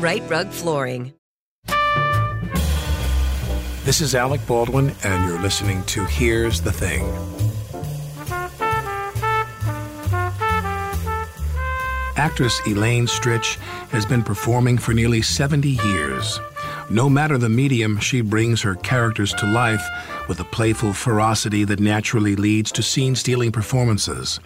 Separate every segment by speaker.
Speaker 1: Right Rug Flooring.
Speaker 2: This is Alec Baldwin, and you're listening to Here's the Thing. Actress Elaine Stritch has been performing for nearly 70 years. No matter the medium, she brings her characters to life with a playful ferocity that naturally leads to scene stealing performances.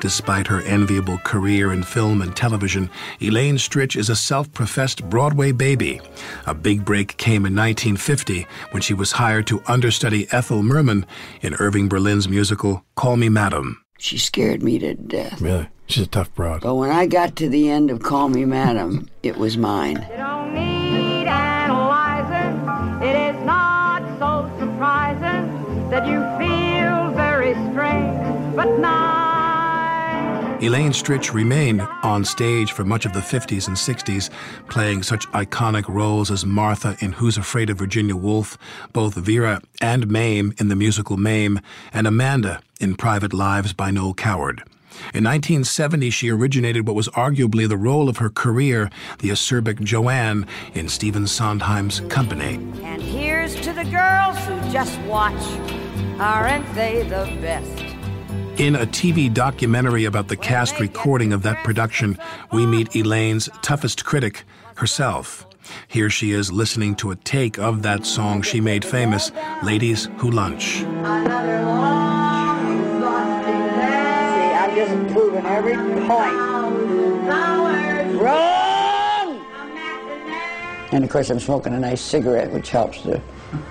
Speaker 2: Despite her enviable career in film and television, Elaine Stritch is a self professed Broadway baby. A big break came in 1950 when she was hired to understudy Ethel Merman in Irving Berlin's musical Call Me Madam.
Speaker 3: She scared me to death.
Speaker 2: Really? She's a tough broad.
Speaker 3: But when I got to the end of Call Me Madam, it was mine.
Speaker 4: You don't need analyzing. It is not so surprising that you feel very strange, but nice.
Speaker 2: Elaine Stritch remained on stage for much of the 50s and 60s, playing such iconic roles as Martha in Who's Afraid of Virginia Woolf, both Vera and Mame in the musical Mame, and Amanda in Private Lives by Noel Coward. In 1970, she originated what was arguably the role of her career, the acerbic Joanne in Stephen Sondheim's Company.
Speaker 5: And here's to the girls who just watch. Aren't they the best?
Speaker 2: In a TV documentary about the cast recording of that production, we meet Elaine's toughest critic, herself. Here she is listening to a take of that song she made famous, Ladies Who Lunch.
Speaker 6: Another long, exhausting day.
Speaker 3: See, I'm just proving every point.
Speaker 6: Flowers.
Speaker 3: Wrong!
Speaker 6: A matinee.
Speaker 3: And of course, I'm smoking a nice cigarette, which helps the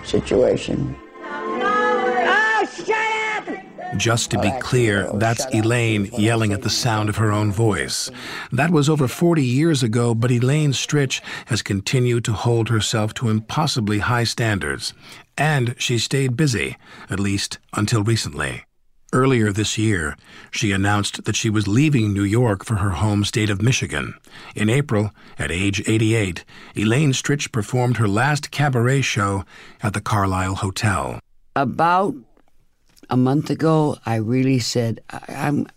Speaker 3: situation.
Speaker 6: Flowers.
Speaker 3: Oh, shut up!
Speaker 2: Just to be clear, that's Elaine yelling at the sound of her own voice. That was over 40 years ago, but Elaine Stritch has continued to hold herself to impossibly high standards. And she stayed busy, at least until recently. Earlier this year, she announced that she was leaving New York for her home state of Michigan. In April, at age 88, Elaine Stritch performed her last cabaret show at the Carlisle Hotel.
Speaker 3: About a month ago, I really said, I, I'm,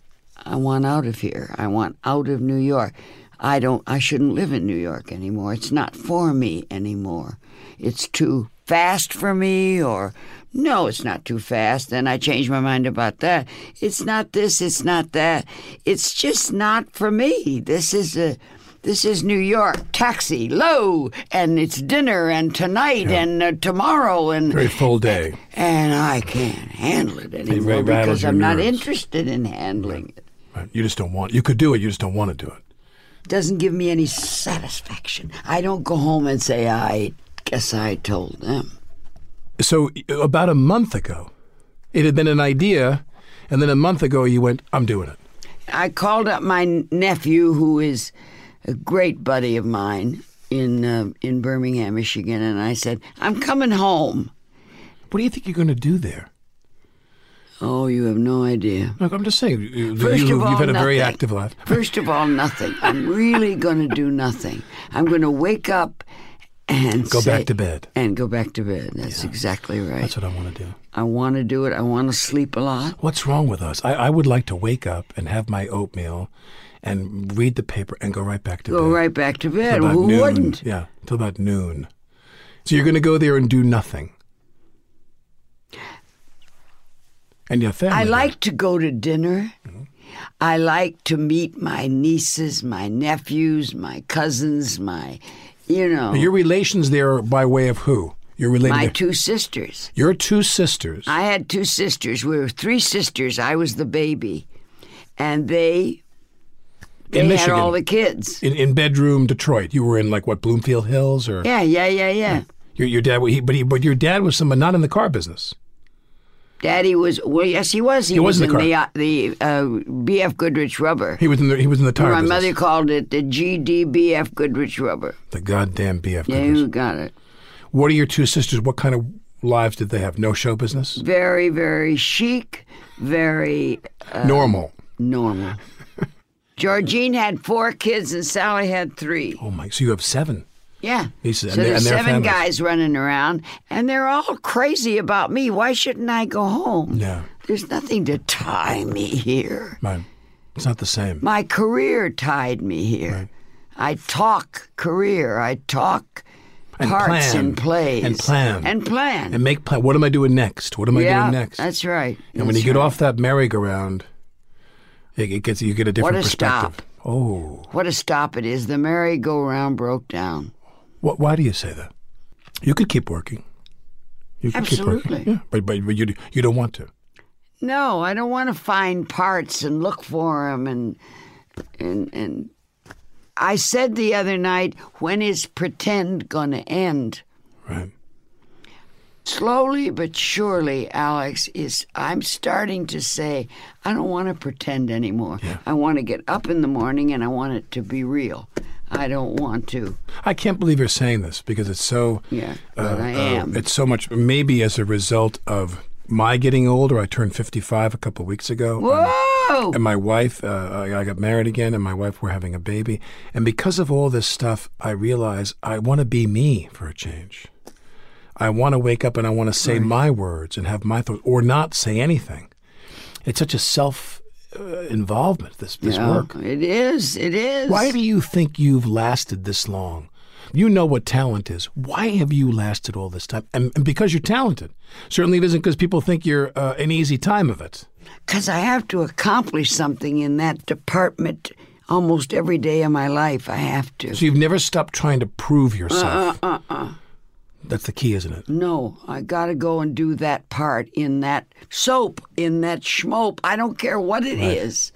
Speaker 3: I want out of here. I want out of New York. I don't. I shouldn't live in New York anymore. It's not for me anymore. It's too fast for me. Or no, it's not too fast. Then I changed my mind about that. It's not this. It's not that. It's just not for me. This is a. This is New York taxi low, and it's dinner and tonight and uh, tomorrow and
Speaker 2: Very full day.
Speaker 3: and I can't handle it
Speaker 2: ra-
Speaker 3: anymore
Speaker 2: rattles
Speaker 3: because
Speaker 2: your
Speaker 3: I'm not
Speaker 2: nerves.
Speaker 3: interested in handling it.
Speaker 2: Right, You just don't want. You could do it. You just don't want to do it.
Speaker 3: Doesn't give me any satisfaction. I don't go home and say, I guess I told them.
Speaker 2: So y- about a month ago, it had been an idea, and then a month ago you went, "I'm doing it."
Speaker 3: I called up my nephew, who is a great buddy of mine in uh, in Birmingham, Michigan, and I said, I'm coming home.
Speaker 2: What do you think you're going to do there?
Speaker 3: Oh, you have no idea.
Speaker 2: Look, I'm just saying. You,
Speaker 3: First
Speaker 2: you,
Speaker 3: of all,
Speaker 2: have had a very
Speaker 3: nothing.
Speaker 2: active life.
Speaker 3: First of all, nothing. I'm really going to do nothing. I'm going to wake up and
Speaker 2: Go back
Speaker 3: say-
Speaker 2: to bed.
Speaker 3: And go back to bed. That's exactly right.
Speaker 2: That's what I want to do.
Speaker 3: I want to do it. I want to sleep a lot.
Speaker 2: What's wrong with us? I, I would like to wake up and have my oatmeal and read the paper and go right back to
Speaker 3: Go
Speaker 2: bed.
Speaker 3: right back to
Speaker 2: Till
Speaker 3: bed.
Speaker 2: about
Speaker 3: Who
Speaker 2: noon.
Speaker 3: wouldn't?
Speaker 2: Yeah, till about noon. So you're going to go there and do nothing. And your family.
Speaker 3: I like to go to dinner.
Speaker 2: Mm-hmm.
Speaker 3: I like to meet my nieces, my nephews, my cousins, my, you know,
Speaker 2: Your relations there are by way of who? You're related.
Speaker 3: my
Speaker 2: to-
Speaker 3: two sisters.
Speaker 2: your two sisters.
Speaker 3: I had two sisters. We were three sisters. I was the baby, and they they
Speaker 2: in
Speaker 3: had
Speaker 2: Michigan.
Speaker 3: all the kids.
Speaker 2: in, in bedroom Detroit. You were in like what Bloomfield Hills or
Speaker 3: Yeah, yeah, yeah, yeah.
Speaker 2: your, your dad. He, but he, but your dad was someone not in the car business.
Speaker 3: Daddy was well. Yes, he was. He,
Speaker 2: He
Speaker 3: was,
Speaker 2: was in the
Speaker 3: in the uh, the uh, B.F. Goodrich rubber.
Speaker 2: He was in the he was in the tire
Speaker 3: my
Speaker 2: business.
Speaker 3: mother called it the GDBF Goodrich rubber.
Speaker 2: the goddamn BF.
Speaker 3: Yeah,
Speaker 2: Goodrich.
Speaker 3: you got it.
Speaker 2: What are your two sisters? What kind of lives did they have? No show business.
Speaker 3: Very, very chic, very
Speaker 2: Normal.
Speaker 3: normal. Georgine had four kids and Sally had three.
Speaker 2: Oh my! So you have seven.
Speaker 3: Yeah.
Speaker 2: These-
Speaker 3: so
Speaker 2: and they-
Speaker 3: there's
Speaker 2: and their
Speaker 3: seven
Speaker 2: families.
Speaker 3: guys running around, and they're all crazy about me. Why shouldn't I go home?
Speaker 2: Yeah.
Speaker 3: There's nothing to tie me here.
Speaker 2: My, it's not the same.
Speaker 3: My career tied me here. I talk career. I talk
Speaker 2: And
Speaker 3: parts
Speaker 2: plan.
Speaker 3: and plays
Speaker 2: And plan.
Speaker 3: and plan.
Speaker 2: and make plan. What am I doing next? What am I
Speaker 3: yeah,
Speaker 2: doing next?
Speaker 3: that's right.
Speaker 2: and when you
Speaker 3: That's
Speaker 2: get
Speaker 3: right.
Speaker 2: off that merry-go-round, it, it gets you get a different
Speaker 3: a
Speaker 2: perspective.
Speaker 3: stop.
Speaker 2: Oh,
Speaker 3: what a stop it is! The merry-go-round broke down.
Speaker 2: what, why do you say that? You could keep working. You could keep working.
Speaker 3: Absolutely.
Speaker 2: Yeah, but but, but you you don't want to.
Speaker 3: No, I don't want to find parts and look for them and and and. I said the other night, when is pretend going to end?
Speaker 2: Right.
Speaker 3: Slowly but surely, Alex, is I'm starting to say, I don't want to pretend anymore. I want to get up in the morning and I want it to be real. I don't want to.
Speaker 2: I can't believe you're saying this because it's so.
Speaker 3: Yeah, but I
Speaker 2: uh,
Speaker 3: am.
Speaker 2: it's so much. Maybe as a result of my getting older, I turned 55 a couple weeks ago.
Speaker 3: Whoa!
Speaker 2: and my wife, uh, I I got married again, and my wife, we're having a baby. And because of all this stuff, I realize I want to be me for a change. I want to wake up and I want to say my words and have my thoughts, or not say anything. It's such a self uh, involvement. This this
Speaker 3: Yeah,
Speaker 2: work.
Speaker 3: Oh, It is. It is.
Speaker 2: Why do you think you've lasted this long? You know what talent is. Why have you lasted all this time? And, and because you're talented. Certainly it isn't because people think you're uh, an easy time of it.
Speaker 3: Because I have to accomplish something in that department almost every day of my life. I have to.
Speaker 2: So you've never stopped trying to prove yourself. Uh, uh, uh, That's the key, isn't it?
Speaker 3: No, I got to go and do that part in that soap, in that schmope. I don't care what it is.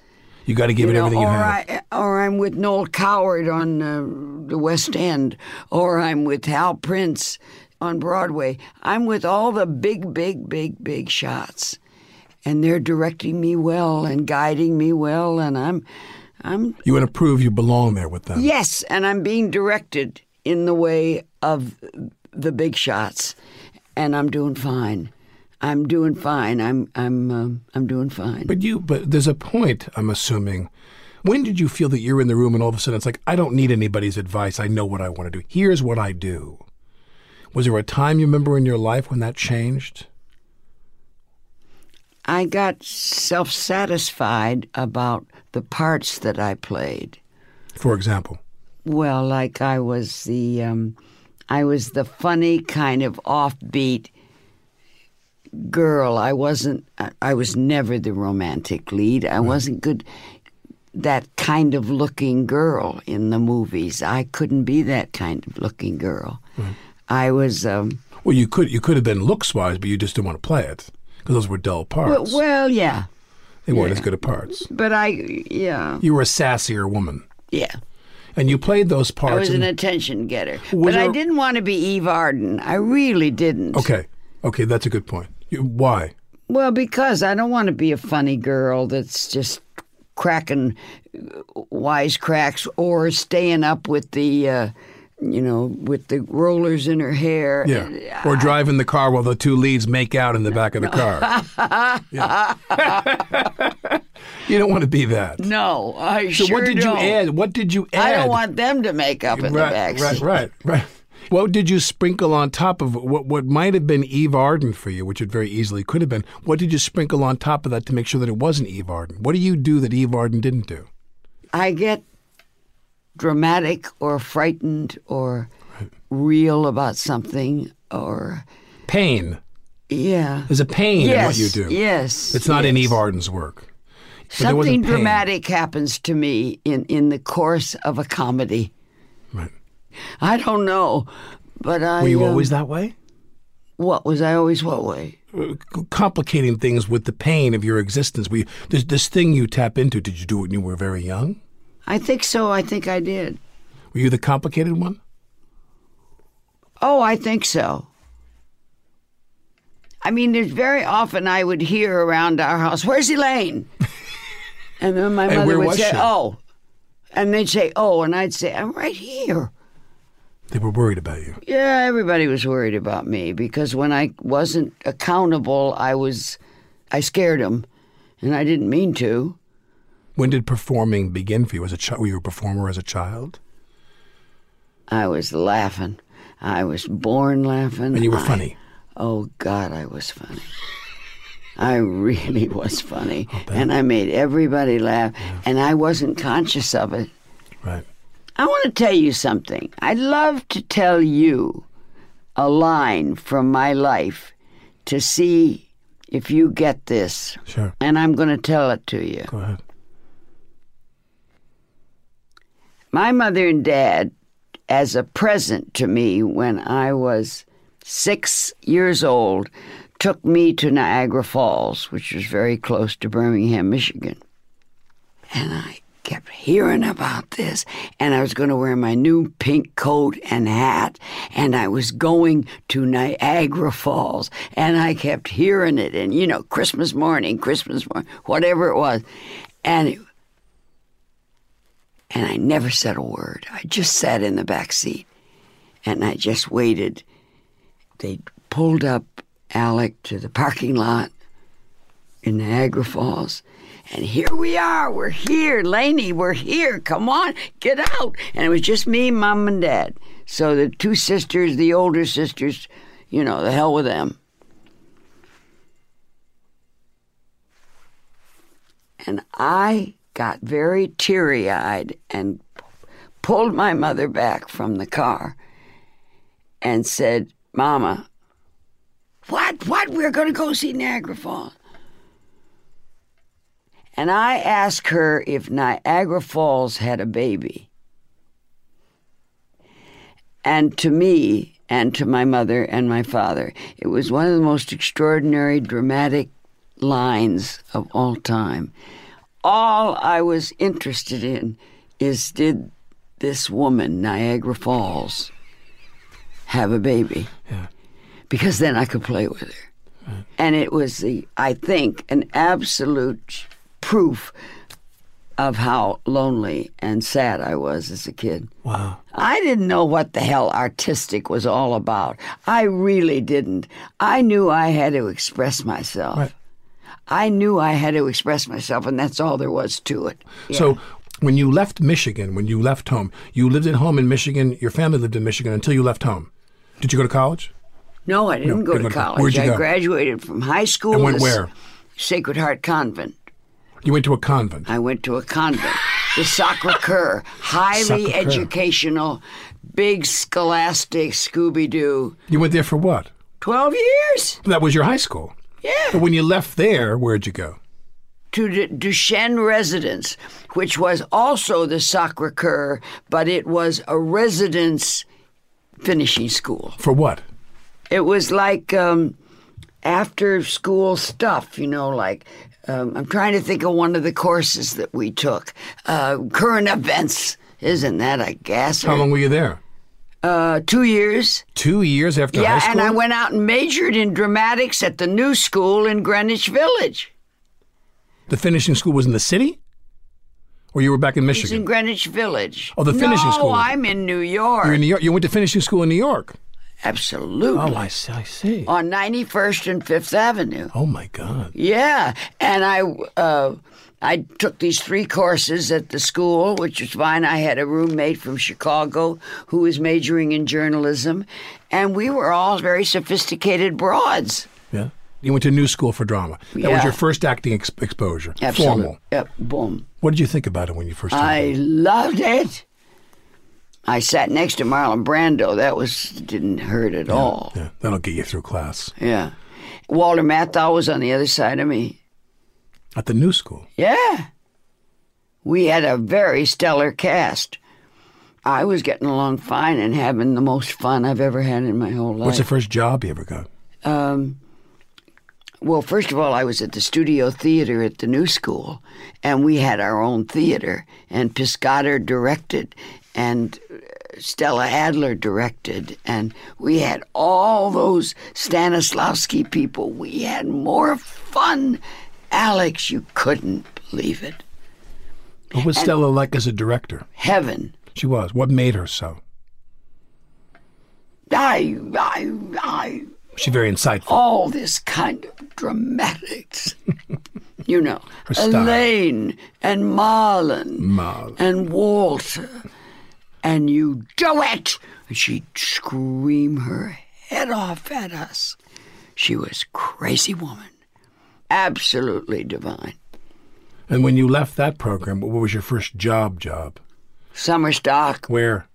Speaker 2: You got to give it
Speaker 3: You know,
Speaker 2: everything you
Speaker 3: or
Speaker 2: have.
Speaker 3: I, or I'm with Noel Coward on uh, the West End, or I'm with Hal Prince on Broadway. I'm with all the big, big, big, big shots, and they're directing me well and guiding me well, and I'm, I'm
Speaker 2: You want to prove you belong there with them.
Speaker 3: yes, and I'm being directed in the way of the big shots, and I'm doing fine. I'm doing fine. I'm I'm um, I'm doing fine.
Speaker 2: But you, but there's a point. I'm assuming. When did you feel that you're in the room and all of a sudden it's like I don't need anybody's advice. I know what I want to do. Here's what I do. Was there a time you remember in your life when that changed?
Speaker 3: I got self satisfied about the parts that I played.
Speaker 2: For example,
Speaker 3: Well, like I was the, um, I was the funny kind of offbeat girl. I wasn't. I- I was never the romantic lead. I wasn't good. That kind of looking girl in the movies. I couldn't be that kind of looking girl. I was. Um,
Speaker 2: well, you could you could have been looks wise, but you just didn't want to play it because those were dull
Speaker 3: well,
Speaker 2: parts.
Speaker 3: well, yeah,
Speaker 2: they weren't as good at parts.
Speaker 3: but I, yeah,
Speaker 2: You were a sassier woman,
Speaker 3: yeah.
Speaker 2: and you played those parts.
Speaker 3: I was
Speaker 2: and-
Speaker 3: an attention getter,
Speaker 2: Was
Speaker 3: but I
Speaker 2: there-
Speaker 3: didn't want to be Eve Arden. I really didn't.
Speaker 2: Okay. Okay, that's a good point. You, why?
Speaker 3: Well, because I don't want to be a funny girl that's just cracking uh, wisecracks or staying up with the, uh, you know, with the rollers in her hair.
Speaker 2: Yeah. Or driving the car while the two leads make out in the back of the car. Yeah. you don't want to be that.
Speaker 3: No, I
Speaker 2: So
Speaker 3: sure
Speaker 2: what did
Speaker 3: don't.
Speaker 2: you add? What did you add?
Speaker 3: I don't want them to make up in
Speaker 2: right,
Speaker 3: the backseat.
Speaker 2: right, right, right. What did you sprinkle on top of what what might have been Eve Arden for you, which it very easily could have been? What did you sprinkle on top of that to make sure that it wasn't Eve Arden? What do you do that Eve Arden didn't do?
Speaker 3: I get dramatic or frightened or real about something or
Speaker 2: Pain.
Speaker 3: yeah.
Speaker 2: There's a pain
Speaker 3: yes,
Speaker 2: in what you do.
Speaker 3: Yes.
Speaker 2: It's not in
Speaker 3: yes.
Speaker 2: Eve Arden's work. But there wasn't
Speaker 3: Something
Speaker 2: pain.
Speaker 3: dramatic happens to me in, in the course of a comedy.
Speaker 2: Right.
Speaker 3: I don't know, but I.
Speaker 2: Were you
Speaker 3: um,
Speaker 2: always that way?
Speaker 3: What was I always what way?
Speaker 2: Uh, c- Complicating things with the pain of your existence. We this this thing you tap into. Did you do it when you were very young?
Speaker 3: I think so. I think I did.
Speaker 2: Were you the complicated one?
Speaker 3: Oh, I think so. I mean, there's very often I would hear around our house, "Where's Elaine?" and then my
Speaker 2: And
Speaker 3: mother
Speaker 2: where
Speaker 3: would
Speaker 2: was
Speaker 3: say,
Speaker 2: she?
Speaker 3: "Oh," and they'd say, "Oh," and I'd say, "I'm right here."
Speaker 2: They were worried about you.
Speaker 3: Yeah, everybody was worried about me because when I wasn't accountable, I was, I scared them, and I didn't mean to.
Speaker 2: When did performing begin for you? As a child, were you a performer as a child?
Speaker 3: I was laughing. I was born laughing.
Speaker 2: And you were
Speaker 3: I-
Speaker 2: funny.
Speaker 3: Oh God, I was funny. I really was funny, and I made everybody laugh, and I wasn't conscious of it.
Speaker 2: Right.
Speaker 3: I want to tell you something. I'd love to tell you a line from my life to see if you get this,
Speaker 2: Sure.
Speaker 3: and I'm going to tell it to you.
Speaker 2: Go ahead.
Speaker 3: My mother and dad, as a present to me when I was six years old, took me to Niagara Falls, which was very close to Birmingham, Michigan. And I kept hearing about this, and I was going to wear my new pink coat and hat, and I was going to Niagara Falls, and I kept hearing it, and you know, Christmas morning, Christmas morning, whatever it was. And it, and I never said a word. I just sat in the back seat and I just waited. They pulled up Alec to the parking lot in Niagara Falls. And here we are. We're here. Laney, we're here. Come on, get out. And it was just me, mom, and dad. So the two sisters, the older sisters, you know, the hell with them. And I got very teary eyed and p- pulled my mother back from the car and said, Mama, what? What? We're going to go see Niagara Falls. And I asked her if Niagara Falls had a baby. And to me, and to my mother and my father, it was one of the most extraordinary, dramatic lines of all time. All I was interested in is did this woman, Niagara Falls, have a baby? Because then I could play with her. And it was the, I think, an absolute proof of how lonely and sad I was as a kid.
Speaker 2: Wow.
Speaker 3: I didn't know what the hell artistic was all about. I really didn't. I knew I had to express myself.
Speaker 2: Right.
Speaker 3: I knew I had to express myself, and that's all there was to it.
Speaker 2: So when you left Michigan, when you left home, you lived at home in Michigan. Your family lived in Michigan until you left home. Did you go to college?
Speaker 3: No, I didn't
Speaker 2: No,
Speaker 3: go
Speaker 2: didn't go
Speaker 3: to
Speaker 2: to-
Speaker 3: college.
Speaker 2: where'd you
Speaker 3: I
Speaker 2: go?
Speaker 3: graduated from high school.
Speaker 2: And went
Speaker 3: the S-
Speaker 2: where?
Speaker 3: Sacred Heart Convent.
Speaker 2: You went to a convent.
Speaker 3: I went to a convent, the Sacre Coeur, highly
Speaker 2: Sacre Coeur.
Speaker 3: educational, big scholastic Scooby Doo.
Speaker 2: You went there for what?
Speaker 3: Twelve years.
Speaker 2: That was your high school.
Speaker 3: Yeah.
Speaker 2: But when you left there, where'd you go?
Speaker 3: to the Duchenne residence, which was also the Sacre Coeur, but it was a residence finishing school.
Speaker 2: For what?
Speaker 3: It was like um, after school stuff, you know, like. Um, I'm trying to think of one of the courses that we took. Uh, current events. Isn't that a gasser?
Speaker 2: How long were you there?
Speaker 3: Uh, two years.
Speaker 2: Two years after high
Speaker 3: yeah,
Speaker 2: school.
Speaker 3: and I went out and majored in dramatics at the new school in Greenwich Village.
Speaker 2: The finishing school was in the city, or you were back in
Speaker 3: It's in
Speaker 2: Michigan.
Speaker 3: Greenwich Village.
Speaker 2: Oh, the finishing
Speaker 3: no,
Speaker 2: school.
Speaker 3: I'm in New York.
Speaker 2: You're in New York. You went to finishing school in New York.
Speaker 3: Absolutely.
Speaker 2: Oh, I see. I see.
Speaker 3: On 91st and 5th Avenue.
Speaker 2: Oh my God.
Speaker 3: Yeah, and I uh, I took these three courses at the school, which was fine. I had a roommate from Chicago who was majoring in journalism, and we were all very sophisticated broads.
Speaker 2: Yeah. You went to New School for Drama. That was
Speaker 3: Yeah.
Speaker 2: your first acting ex- exposure.
Speaker 3: Absolute-
Speaker 2: Formal.
Speaker 3: Yep. Boom.
Speaker 2: What did you think about it when you first? heard
Speaker 3: I
Speaker 2: it?
Speaker 3: loved it. I sat next to Marlon Brando. That was didn't hurt at all.
Speaker 2: Yeah, that'll get you through class
Speaker 3: Yeah. Walter Matthau was on the other side of me.
Speaker 2: at the New School.
Speaker 3: Yeah. We had a very stellar cast. I was getting along fine and having the most fun I've ever had in my whole life.
Speaker 2: What's the first job you ever got?
Speaker 3: well, first of all, I was at the studio theater at the new school, and we had our own theater, and Piscator directed, and uh, Stella Adler directed, and we had all those Stanislavski people. We had more fun. Alex, you couldn't believe it.
Speaker 2: What was Stella like as a director?
Speaker 3: Heaven.
Speaker 2: She was. What made her so?
Speaker 3: I, I, I,
Speaker 2: Was she very insightful?
Speaker 3: all this kind of dramatics. you know,
Speaker 2: Her style.
Speaker 3: Elaine and Marlon
Speaker 2: Marlon.
Speaker 3: and Walter. And you do it! And she'd scream her head off at us. She was crazy woman. Absolutely divine.
Speaker 2: And when you left that program, what was your first job? Job?
Speaker 3: Summer stock,
Speaker 2: Where?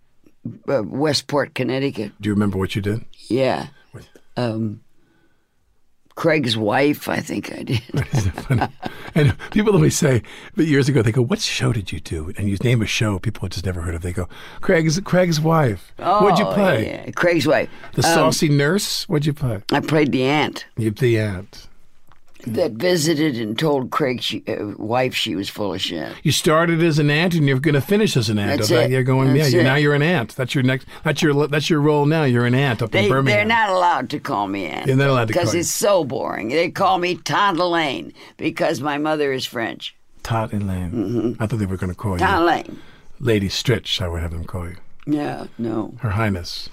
Speaker 3: uh, Westport, Connecticut.
Speaker 2: Do you remember what you did?
Speaker 3: Yeah.
Speaker 2: What-
Speaker 3: Um, Craig's wife, I think I did.
Speaker 2: Isn't it funny? and people always say, but years ago, they go, "What show did you do?" And you name a show, people had just never heard of. They go, "Craig's Craig's wife." What'd you
Speaker 3: Oh,
Speaker 2: play?
Speaker 3: yeah, Um, Craig's wife.
Speaker 2: The saucy nurse. What'd you play?
Speaker 3: I played the aunt
Speaker 2: You the aunt.
Speaker 3: that visited and told Craig's she, uh, wife she was full of shit.
Speaker 2: You started as an aunt, and you're going to finish as an aunt.
Speaker 3: That's
Speaker 2: Although
Speaker 3: it.
Speaker 2: You're going,
Speaker 3: That's
Speaker 2: yeah. You're,
Speaker 3: it.
Speaker 2: now you're an aunt. That's your next. That's your that's your role now. You're an aunt up
Speaker 3: They,
Speaker 2: in Birmingham.
Speaker 3: they're not allowed to call me aunt.
Speaker 2: You're not allowed to call
Speaker 3: Because
Speaker 2: you-
Speaker 3: it's so boring. They call me Tontelaine because my mother is French.
Speaker 2: Tot and Lane.
Speaker 3: Mm-hmm.
Speaker 2: I thought they were going to call you
Speaker 3: Tontelaine.
Speaker 2: Lady Stritch. I would have them call you
Speaker 3: Yeah, no.
Speaker 2: Her Highness.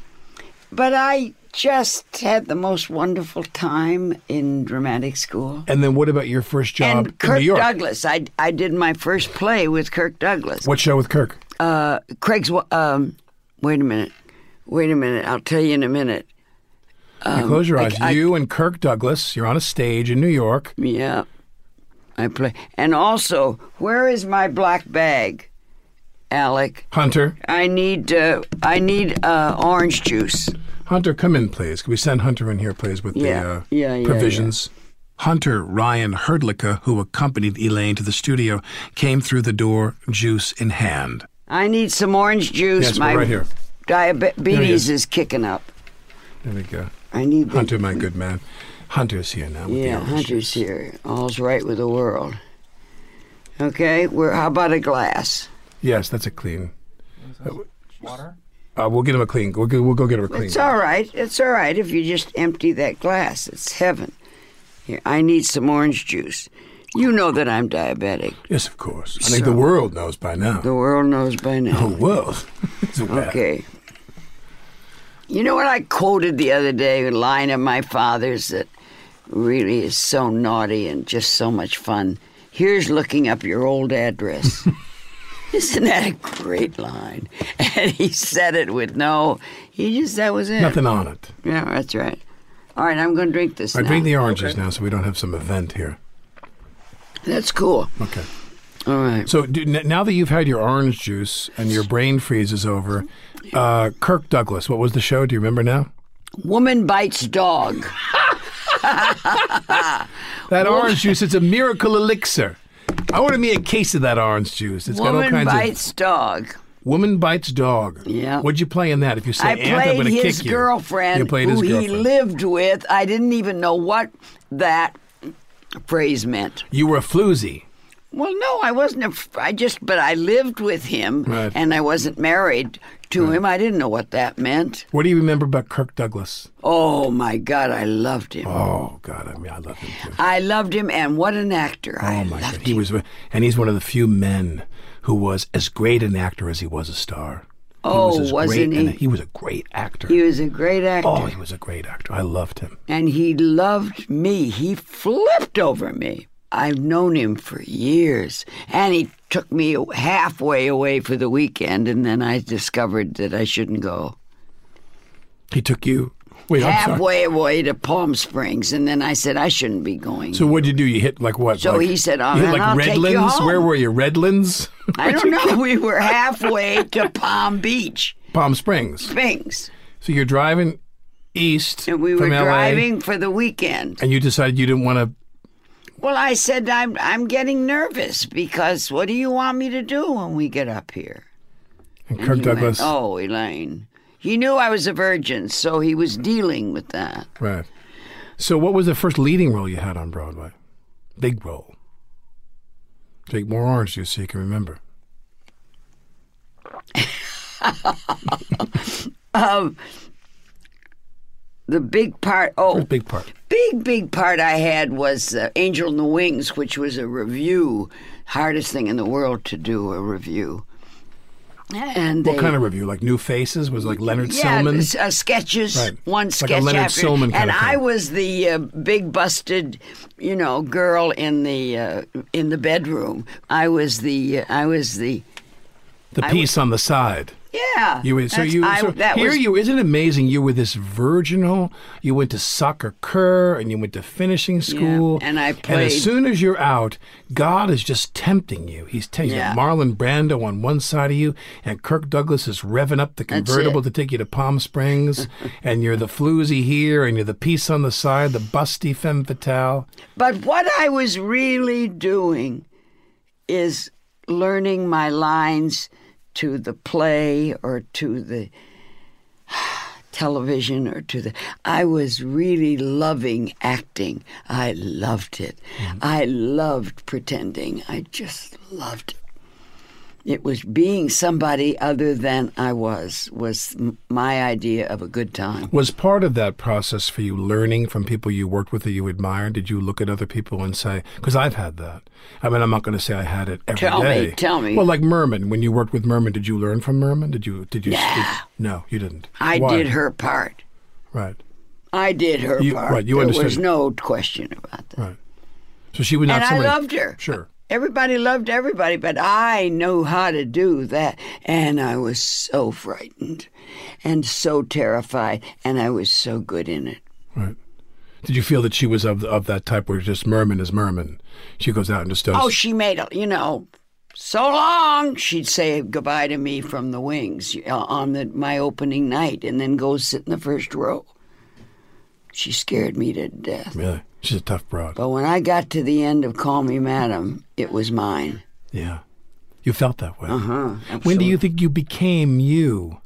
Speaker 3: But I just had the most wonderful time in dramatic school.
Speaker 2: And then what about your first job
Speaker 3: and Kirk
Speaker 2: Uh, in New York?
Speaker 3: Douglas. I, I did my first play with Kirk Douglas.
Speaker 2: What show with Kirk?
Speaker 3: Uh, Craig's. wi- Um, wait a minute. Wait a minute. I'll tell you in a minute.
Speaker 2: you close your eyes.
Speaker 3: Um, I-
Speaker 2: you and Kirk Douglas, you're on a stage in New York.
Speaker 3: Yeah, I play. And also, where is my black bag, Alec?
Speaker 2: Hunter,
Speaker 3: I need uh, I need uh, orange juice.
Speaker 2: Hunter, come in, please. Can we send Hunter in here, please, with
Speaker 3: Yeah.
Speaker 2: the uh,
Speaker 3: Yeah, yeah,
Speaker 2: provisions? Hunter Ryan Herdlicka, who accompanied Elaine to the studio, came through the door, juice in hand.
Speaker 3: I need some orange juice.
Speaker 2: Yes, we're
Speaker 3: my
Speaker 2: right here. There he
Speaker 3: diabetes
Speaker 2: is.
Speaker 3: is. kicking up.
Speaker 2: There we go.
Speaker 3: I need the,
Speaker 2: Hunter, my good man. Hunter's here now. With
Speaker 3: Yeah,
Speaker 2: the orange
Speaker 3: Hunter's
Speaker 2: juice.
Speaker 3: here. All's right with the world. Okay, we're how about a glass?
Speaker 2: Yes, that's a clean. Water? Uh, we'll get him a clean. We'll go, we'll go get him a clean.
Speaker 3: It's all right. It's all right if you just empty that glass. It's heaven. Here, I need some orange juice. You know that I'm diabetic.
Speaker 2: Yes, of course. I think the world knows by now.
Speaker 3: The world knows by
Speaker 2: The
Speaker 3: now.
Speaker 2: world. It's a bad-
Speaker 3: Okay. You know what I quoted the other day, a line of my father's that really is so naughty and just so much fun. Here's looking up your old address. Isn't that a great line? And he said it with no, he just, that was it.
Speaker 2: Nothing on it.
Speaker 3: Yeah, that's right. All right, I'm going to drink this
Speaker 2: I
Speaker 3: now.
Speaker 2: drink the oranges now, so we don't have some event here.
Speaker 3: That's cool.
Speaker 2: Okay.
Speaker 3: All right.
Speaker 2: So do, n- now that you've had your orange juice and your brain freeze is over, uh, Kirk Douglas, what was the show? Do you remember now?
Speaker 3: Woman bites dog.
Speaker 2: That orange juice, it's a miracle elixir. I ordered me a case of that orange juice. It's got all
Speaker 3: Woman
Speaker 2: kinds
Speaker 3: bites dog.
Speaker 2: of woman bites dog.
Speaker 3: Yeah.
Speaker 2: What'd you play in that? If you say
Speaker 3: I
Speaker 2: "Aunt, I'm
Speaker 3: played
Speaker 2: going to
Speaker 3: his
Speaker 2: kick you,
Speaker 3: girlfriend
Speaker 2: You played his
Speaker 3: who he
Speaker 2: girlfriend.
Speaker 3: lived with. I didn't even know what that phrase meant.
Speaker 2: you were a floozy.
Speaker 3: Well, no, I wasn't. A, f- I just, but I lived with him,
Speaker 2: Right.
Speaker 3: and I wasn't married to him. I didn't know what that meant.
Speaker 2: What do you remember about Kirk Douglas?
Speaker 3: Oh my God, I loved him.
Speaker 2: Oh God, I mean, I love him too.
Speaker 3: I loved him, and what an actor! I
Speaker 2: Oh my
Speaker 3: loved
Speaker 2: God, he was, and he's one of the few men who was as great an actor as he was a star.
Speaker 3: Oh,
Speaker 2: he was as
Speaker 3: wasn't
Speaker 2: great, and
Speaker 3: he?
Speaker 2: he was a great actor.
Speaker 3: He was a great actor.
Speaker 2: oh, he was a great actor. I loved him.
Speaker 3: and he loved me. He flipped over me. I've known him for years, and he took me halfway away for the weekend, and then I discovered that I shouldn't go.
Speaker 2: He took you. Wait, I'm sorry.
Speaker 3: halfway away to Palm Springs, and then I said I shouldn't be going.
Speaker 2: So what did you do? You hit like what?
Speaker 3: So
Speaker 2: like-
Speaker 3: he said, "Oh,
Speaker 2: you hit
Speaker 3: then
Speaker 2: like
Speaker 3: I'll take you
Speaker 2: Redlands.
Speaker 3: home."
Speaker 2: Where were you? Redlands,
Speaker 3: I don't know. We were halfway to Palm Beach,
Speaker 2: Palm Springs.
Speaker 3: Springs,
Speaker 2: So you're driving east
Speaker 3: and we
Speaker 2: from
Speaker 3: were
Speaker 2: LA,
Speaker 3: driving for the weekend.
Speaker 2: and you decided you didn't want to
Speaker 3: Well, I said I'm I'm getting nervous because what do you want me to do when we get up here?
Speaker 2: And
Speaker 3: And
Speaker 2: Kirk
Speaker 3: he went,
Speaker 2: Douglas.
Speaker 3: oh, Elaine. He knew I was a virgin, so he was dealing with that.
Speaker 2: Right. So, what was the first leading role you had on Broadway? Big role. Take more orange juice so you can remember.
Speaker 3: Um, The big part, oh,
Speaker 2: First big part.
Speaker 3: big, big part I had was uh, Angel in the Wings, which was a review. Hardest thing in the world to do a review. And
Speaker 2: What
Speaker 3: they,
Speaker 2: kind of review? Like new faces? Was it like Leonard
Speaker 3: yeah,
Speaker 2: Silman?
Speaker 3: s- uh, sketches.
Speaker 2: Right.
Speaker 3: One
Speaker 2: Like a
Speaker 3: sketch
Speaker 2: Leonard
Speaker 3: after,
Speaker 2: Silman kind
Speaker 3: and
Speaker 2: of
Speaker 3: I
Speaker 2: thing.
Speaker 3: was the uh, big busted, you know, girl in the uh, in the bedroom. I was the uh, I was the
Speaker 2: the piece on the side.
Speaker 3: yeah.
Speaker 2: You were- so
Speaker 3: that's-
Speaker 2: you
Speaker 3: I-
Speaker 2: so
Speaker 3: that
Speaker 2: here
Speaker 3: was
Speaker 2: you isn't it amazing you were this virginal you went to soccer cur and you went to finishing school
Speaker 3: and I
Speaker 2: as
Speaker 3: played-
Speaker 2: soon as you're out God is just tempting you he's telling
Speaker 3: Yeah.
Speaker 2: you Marlon Brando on one side of you and Kirk Douglas is revving up the
Speaker 3: That's
Speaker 2: convertible
Speaker 3: it.
Speaker 2: to take you to Palm Springs and you're the floozy here and you're the piece on the side the busty femme fatale
Speaker 3: But what I was really doing is learning my lines to the play or to the television or to the I was really loving acting. I loved it.
Speaker 2: Mm-hmm.
Speaker 3: I loved pretending. I just loved it. It was being somebody other than I was was m- my idea of a good time.
Speaker 2: was part of that process for you learning from people you worked with that you admired did you look at other people and say because i've had that i mean i'm not going to say i had it every day.
Speaker 3: Tell me, tell me.
Speaker 2: well like merman when you worked with merman did you learn from merman did you did you
Speaker 3: Yeah.
Speaker 2: did- no you didn't
Speaker 3: I
Speaker 2: Why?
Speaker 3: did her part.
Speaker 2: right
Speaker 3: I did her
Speaker 2: You-
Speaker 3: part.
Speaker 2: right, you
Speaker 3: there
Speaker 2: understood
Speaker 3: was
Speaker 2: it.
Speaker 3: no question about that.
Speaker 2: right so she was not
Speaker 3: And I
Speaker 2: somebody
Speaker 3: loved her.
Speaker 2: sure
Speaker 3: Everybody loved everybody, but I knew how to do that. And I was so frightened and so terrified, and I was so good in it.
Speaker 2: right did you feel that she was of of that type where just merman is merman she goes out and just does
Speaker 3: Oh, she made a, you know, so long. She'd say goodbye to me from the wings uh, on the, my opening night and then go sit in the first row. She scared me to death.
Speaker 2: really she's a tough broad
Speaker 3: But when I got to the end of Call Me Madam, it was mine.
Speaker 2: yeah you felt that way
Speaker 3: Uh-huh.
Speaker 2: when do you think you became you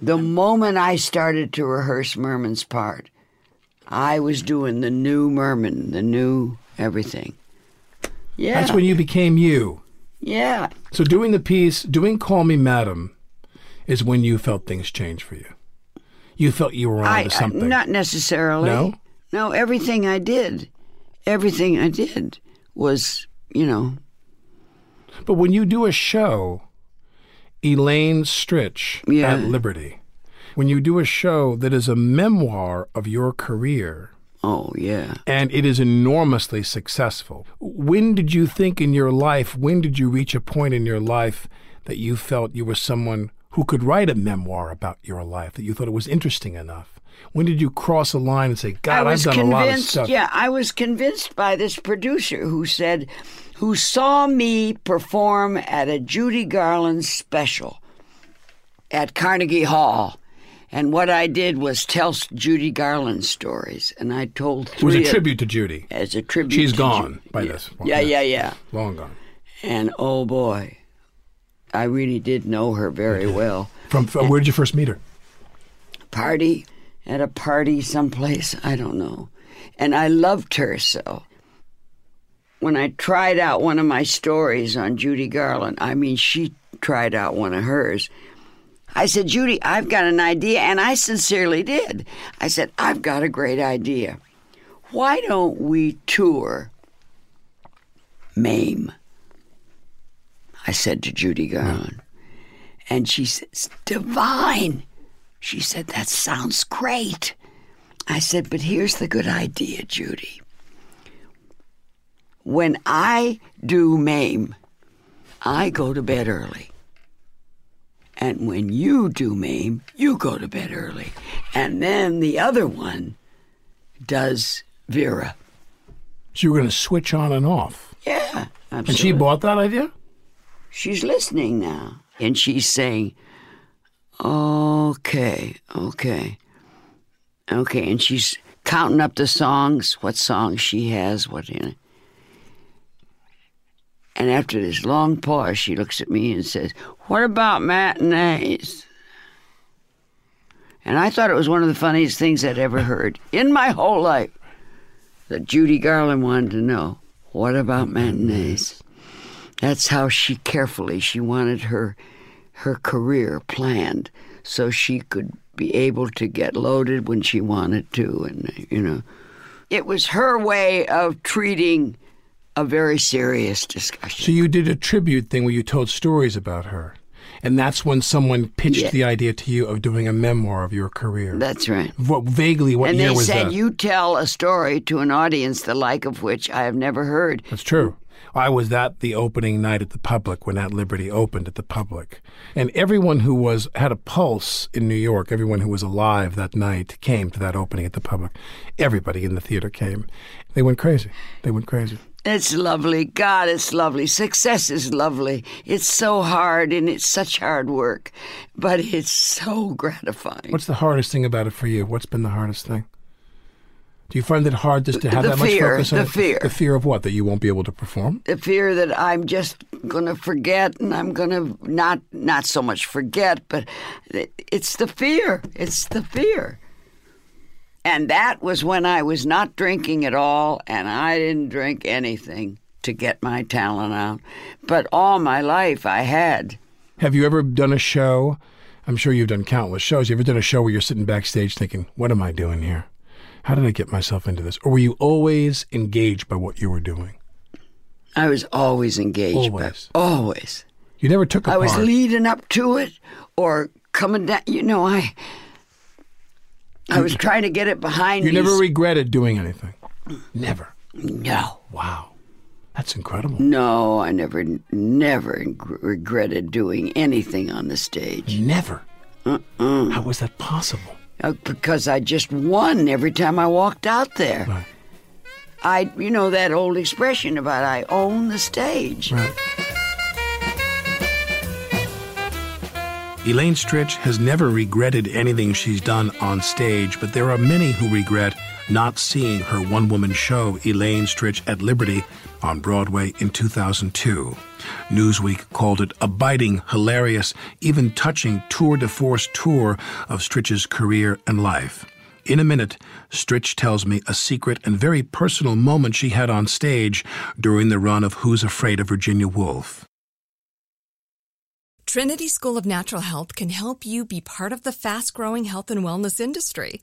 Speaker 3: The moment I started to rehearse Merman's part, I was doing the new Merman, the new everything. Yeah.
Speaker 2: that's when you became you
Speaker 3: Yeah.
Speaker 2: So doing the piece, doing "Call Me Madam," is when you felt things change for you. You felt you were
Speaker 3: I,
Speaker 2: onto
Speaker 3: I-
Speaker 2: something.
Speaker 3: not necessarily.
Speaker 2: No?
Speaker 3: No, everything I did, everything I did was, you know,
Speaker 2: but when you do a show, Elaine Stritch
Speaker 3: Yeah.
Speaker 2: at Liberty, when you do a show that is a memoir of your career
Speaker 3: oh yeah.
Speaker 2: and it is enormously successful, when did you think in your life? When did you reach a point in your life that you felt you were someone who could write a memoir about your life that you thought it was interesting enough? When did you cross a line and say, "God,
Speaker 3: I
Speaker 2: I've
Speaker 3: was
Speaker 2: done a
Speaker 3: convinced,
Speaker 2: lot of stuff"?
Speaker 3: Yeah, I was convinced by this producer who said, who saw me perform at a Judy Garland special at Carnegie Hall. And what I did was tell s- Judy Garland stories, and I told
Speaker 2: It was
Speaker 3: three
Speaker 2: a
Speaker 3: of-
Speaker 2: tribute to Judy.
Speaker 3: as a tribute.
Speaker 2: She's
Speaker 3: to
Speaker 2: gone
Speaker 3: Ju-
Speaker 2: by
Speaker 3: yeah.
Speaker 2: this point,
Speaker 3: Yeah,
Speaker 2: yeah.
Speaker 3: yeah, yeah.
Speaker 2: Long gone.
Speaker 3: And oh boy, I really did know her very well.
Speaker 2: From, from where did you first meet her?
Speaker 3: party at a party someplace i don't know and i loved her so when i tried out one of my stories on judy garland i mean she tried out one of hers i said judy i've got an idea and i sincerely did i said i've got a great idea why don't we tour mame i said to judy garland And she says, Divine. She said, That sounds great. I said, But here's the good idea, Judy. When I do MAME, I go to bed early. And when you do MAME, you go to bed early. And then the other one does Vera.
Speaker 2: So you were going to switch on and off.
Speaker 3: Yeah.
Speaker 2: And she
Speaker 3: absolutely.
Speaker 2: bought that idea?
Speaker 3: She's listening now. And she's saying, okay, okay, okay. And she's counting up the songs, what songs she has, what in it. And after this long pause, she looks at me and says, What about matinees? And I thought it was one of the funniest things I'd ever heard in my whole life that Judy Garland wanted to know, What about matinees? That's how she carefully she wanted her her career planned so she could be able to get loaded when she wanted to and you know it was her way of treating a very serious
Speaker 2: So
Speaker 3: discussion.
Speaker 2: you did a tribute thing where you told stories about her. And that's when someone pitched
Speaker 3: Yeah.
Speaker 2: the idea to you of doing a memoir of your career.
Speaker 3: That's right.
Speaker 2: What, vaguely, what
Speaker 3: and
Speaker 2: year
Speaker 3: they
Speaker 2: was
Speaker 3: said
Speaker 2: that?
Speaker 3: you tell a story to an audience the like of which I have never heard.
Speaker 2: That's true. I was at the opening night at the public when At Liberty opened at the public. And everyone who was had a pulse in New York, everyone who was alive that night came to that opening at the public. Everybody in the theater came. They went crazy. They went crazy.
Speaker 3: It's lovely. God, it's lovely. Success is lovely. It's so hard and it's such hard work, but it's so gratifying.
Speaker 2: What's the hardest thing about it for you? What's been the hardest thing? Do you find it hard just to have
Speaker 3: The
Speaker 2: that
Speaker 3: fear,
Speaker 2: much focus on
Speaker 3: the
Speaker 2: it?
Speaker 3: fear.
Speaker 2: The fear of what? That you won't be able to perform?
Speaker 3: the fear that I'm just going to forget and I'm going to not not so much forget, but it's the fear. It's the fear. And that was when I was not drinking at all and I didn't drink anything to get my talent out. But all my life I had
Speaker 2: Have you ever done a show? I'm sure you've done countless shows. You ever done a show where you're sitting backstage thinking, "What am I doing here? How did I get myself into this?" Or were you always engaged by what you were doing?
Speaker 3: I was always engaged
Speaker 2: Always.
Speaker 3: by always.
Speaker 2: You never took a
Speaker 3: I was
Speaker 2: part.
Speaker 3: leading up to it or coming down you know, I I was trying to get it behind
Speaker 2: you
Speaker 3: me.
Speaker 2: never regretted doing anything. Never.
Speaker 3: no.
Speaker 2: Wow, that's incredible.
Speaker 3: No, I never, never regretted doing anything on the stage
Speaker 2: Never. How was that possible?
Speaker 3: Uh, because I just won every time I walked out there.
Speaker 2: Right.
Speaker 3: I, you know, that old expression about I own the stage.
Speaker 2: Right.
Speaker 7: Elaine Stritch has never regretted anything she's done on stage, but there are many who regret not seeing her one woman show, Elaine Stritch at Liberty, on Broadway in 2002. Newsweek called it a biting, hilarious, even touching tour de force tour of Stritch's career and life. In a minute, Stritch tells me a secret and very personal moment she had on stage during the run of Who's Afraid of Virginia Woolf.
Speaker 8: Trinity School of Natural Health can help you be part of the fast growing health and wellness industry.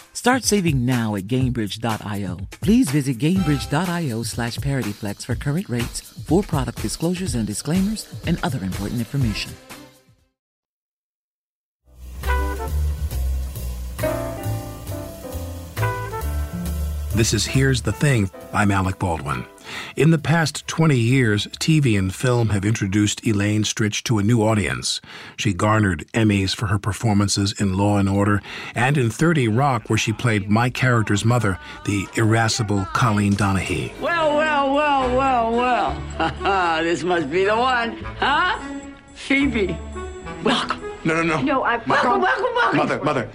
Speaker 9: Start saving now at GameBridge.io. Please visit GameBridge.io slash ParityFlex for current rates, for product disclosures and disclaimers, and other important information.
Speaker 7: This is Here's the Thing. I'm Alec Baldwin. In the past 20 years, TV and film have introduced Elaine Stritch to a new audience. She garnered Emmys for her performances in Law and Order and in 30 Rock, where she played my character's mother, the irascible Colleen Donahue.
Speaker 10: Well, well, well, well, well. this must be the one, huh? Phoebe, welcome.
Speaker 11: No, no, no.
Speaker 4: Oh,
Speaker 10: No, I
Speaker 11: Mother.
Speaker 10: welcome, welcome, welcome.
Speaker 11: Mother, mother,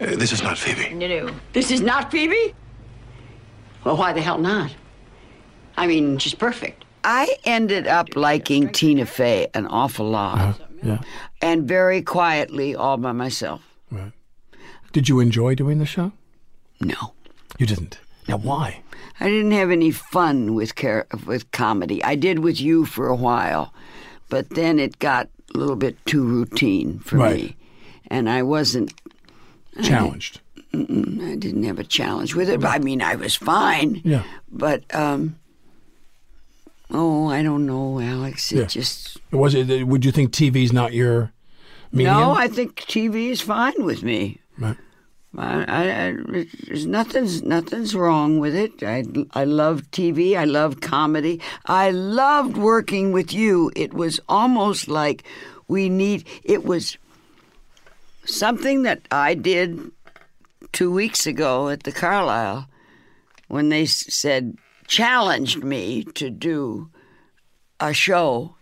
Speaker 11: uh, this is not Phoebe.
Speaker 10: No, no. This is not Phoebe. Well, why the hell not? I mean, she's perfect.
Speaker 3: I ended up liking Tina Fey an awful lot.
Speaker 2: yeah.
Speaker 3: And very quietly, all by myself.
Speaker 2: Right. Did you enjoy doing the show?
Speaker 3: No.
Speaker 2: You didn't. Now why?
Speaker 3: I didn't have any fun with car- with comedy. I did with you for a while, but then it got a little bit too routine for
Speaker 2: Right.
Speaker 3: me, and I wasn't
Speaker 2: Challenged.
Speaker 3: Mm-mm, I didn't have a challenge with it. I mean, I was fine.
Speaker 2: Yeah.
Speaker 3: But um, oh, I don't know, Alex. It
Speaker 2: Yeah.
Speaker 3: just
Speaker 2: Was it? Would you think TV's not your medium?
Speaker 3: no. I think TV is fine with me.
Speaker 2: Right.
Speaker 3: I, I, I, there's nothing's nothing's wrong with it. I I love TV. I love comedy. I loved working with you. It was almost like we need. It was something that I did two weeks ago at the Carlisle when they s- said challenged me to do a show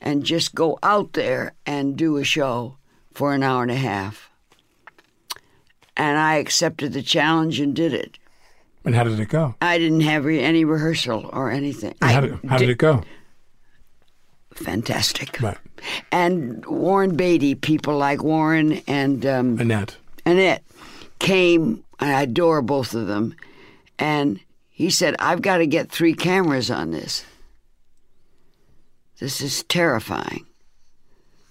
Speaker 3: and just go out there and do a show for an hour and a half. And I accepted the challenge and did it.
Speaker 2: And how did it go?
Speaker 3: I didn't have re- any rehearsal or anything.
Speaker 2: And how
Speaker 3: I
Speaker 2: did, how did it go?
Speaker 3: Fantastic.
Speaker 2: Right.
Speaker 3: And Warren Beatty, people like Warren and um,
Speaker 2: Annette.
Speaker 3: Annette came, and I adore both of them, and he said, I've got to get three cameras on this. This is terrifying.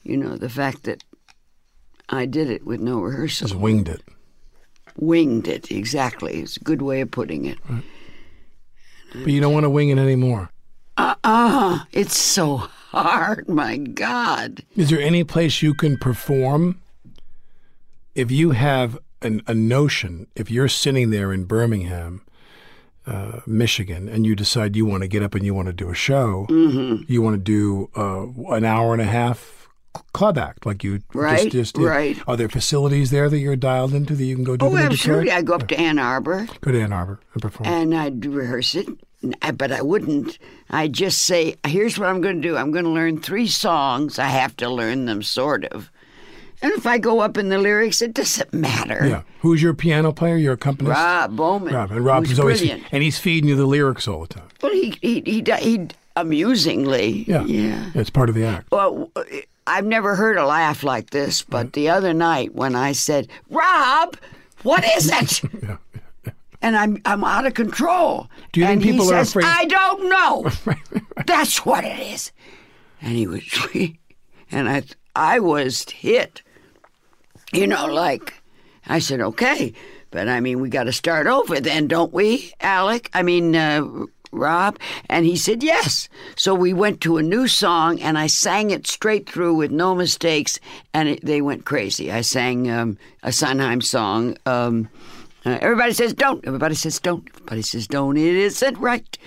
Speaker 3: You know, the fact that I did it with no rehearsal
Speaker 2: Just winged it.
Speaker 3: winged it exactly it's a good way of putting it
Speaker 2: But you don't want to wing it anymore.
Speaker 3: uh-uh it's so hard my god
Speaker 2: Is there any place you can perform? If you have an, a notion, if you're sitting there in Birmingham, uh, Michigan, and you decide you want to get up and you want to do a show,
Speaker 3: Mm-hmm.
Speaker 2: you want to do uh, an hour and a half c- club act, like you
Speaker 3: Right,
Speaker 2: just, just did.
Speaker 3: right.
Speaker 2: Are there facilities there that you're dialed into that you Oh. can go do?
Speaker 3: oh
Speaker 2: them in
Speaker 3: absolutely
Speaker 2: Detroit?
Speaker 3: i go up to ann arbor
Speaker 2: Go to Ann Arbor and perform.
Speaker 3: and i'd rehearse it n- I- but i wouldn't i just say here's what i'm going to do i'm going to learn three songs i have to learn them sort of and if i go up in the lyrics it doesn't matter
Speaker 2: yeah. Who's your piano player? Your accompanist?
Speaker 3: rob bowman
Speaker 2: Rob. And Rob's
Speaker 3: who's
Speaker 2: always
Speaker 3: brilliant
Speaker 2: and he's feeding you the lyrics all the time.
Speaker 3: well he he he, he, he amusingly
Speaker 2: Yeah.
Speaker 3: yeah
Speaker 2: It's part of the act.
Speaker 3: Well, uh, I've never heard a laugh like this, but the other night when I said, "Rob, what is it?"
Speaker 2: Yeah.
Speaker 3: and I'm I'm out of control.
Speaker 2: Do you
Speaker 3: and
Speaker 2: think people
Speaker 3: he
Speaker 2: are
Speaker 3: says,
Speaker 2: afraid-
Speaker 3: I don't know. That's what it is. And he was, and I I was hit. You know, like I said, okay, but I mean, we got to start over then, don't we, Alec? I mean, uh, Rob. And he said yes. So we went to a new song, and I sang it straight through with no mistakes, and it, they went crazy. I sang um, a Sondheim song. Um, uh, everybody says don't. Everybody says don't. Everybody says don't. It isn't right.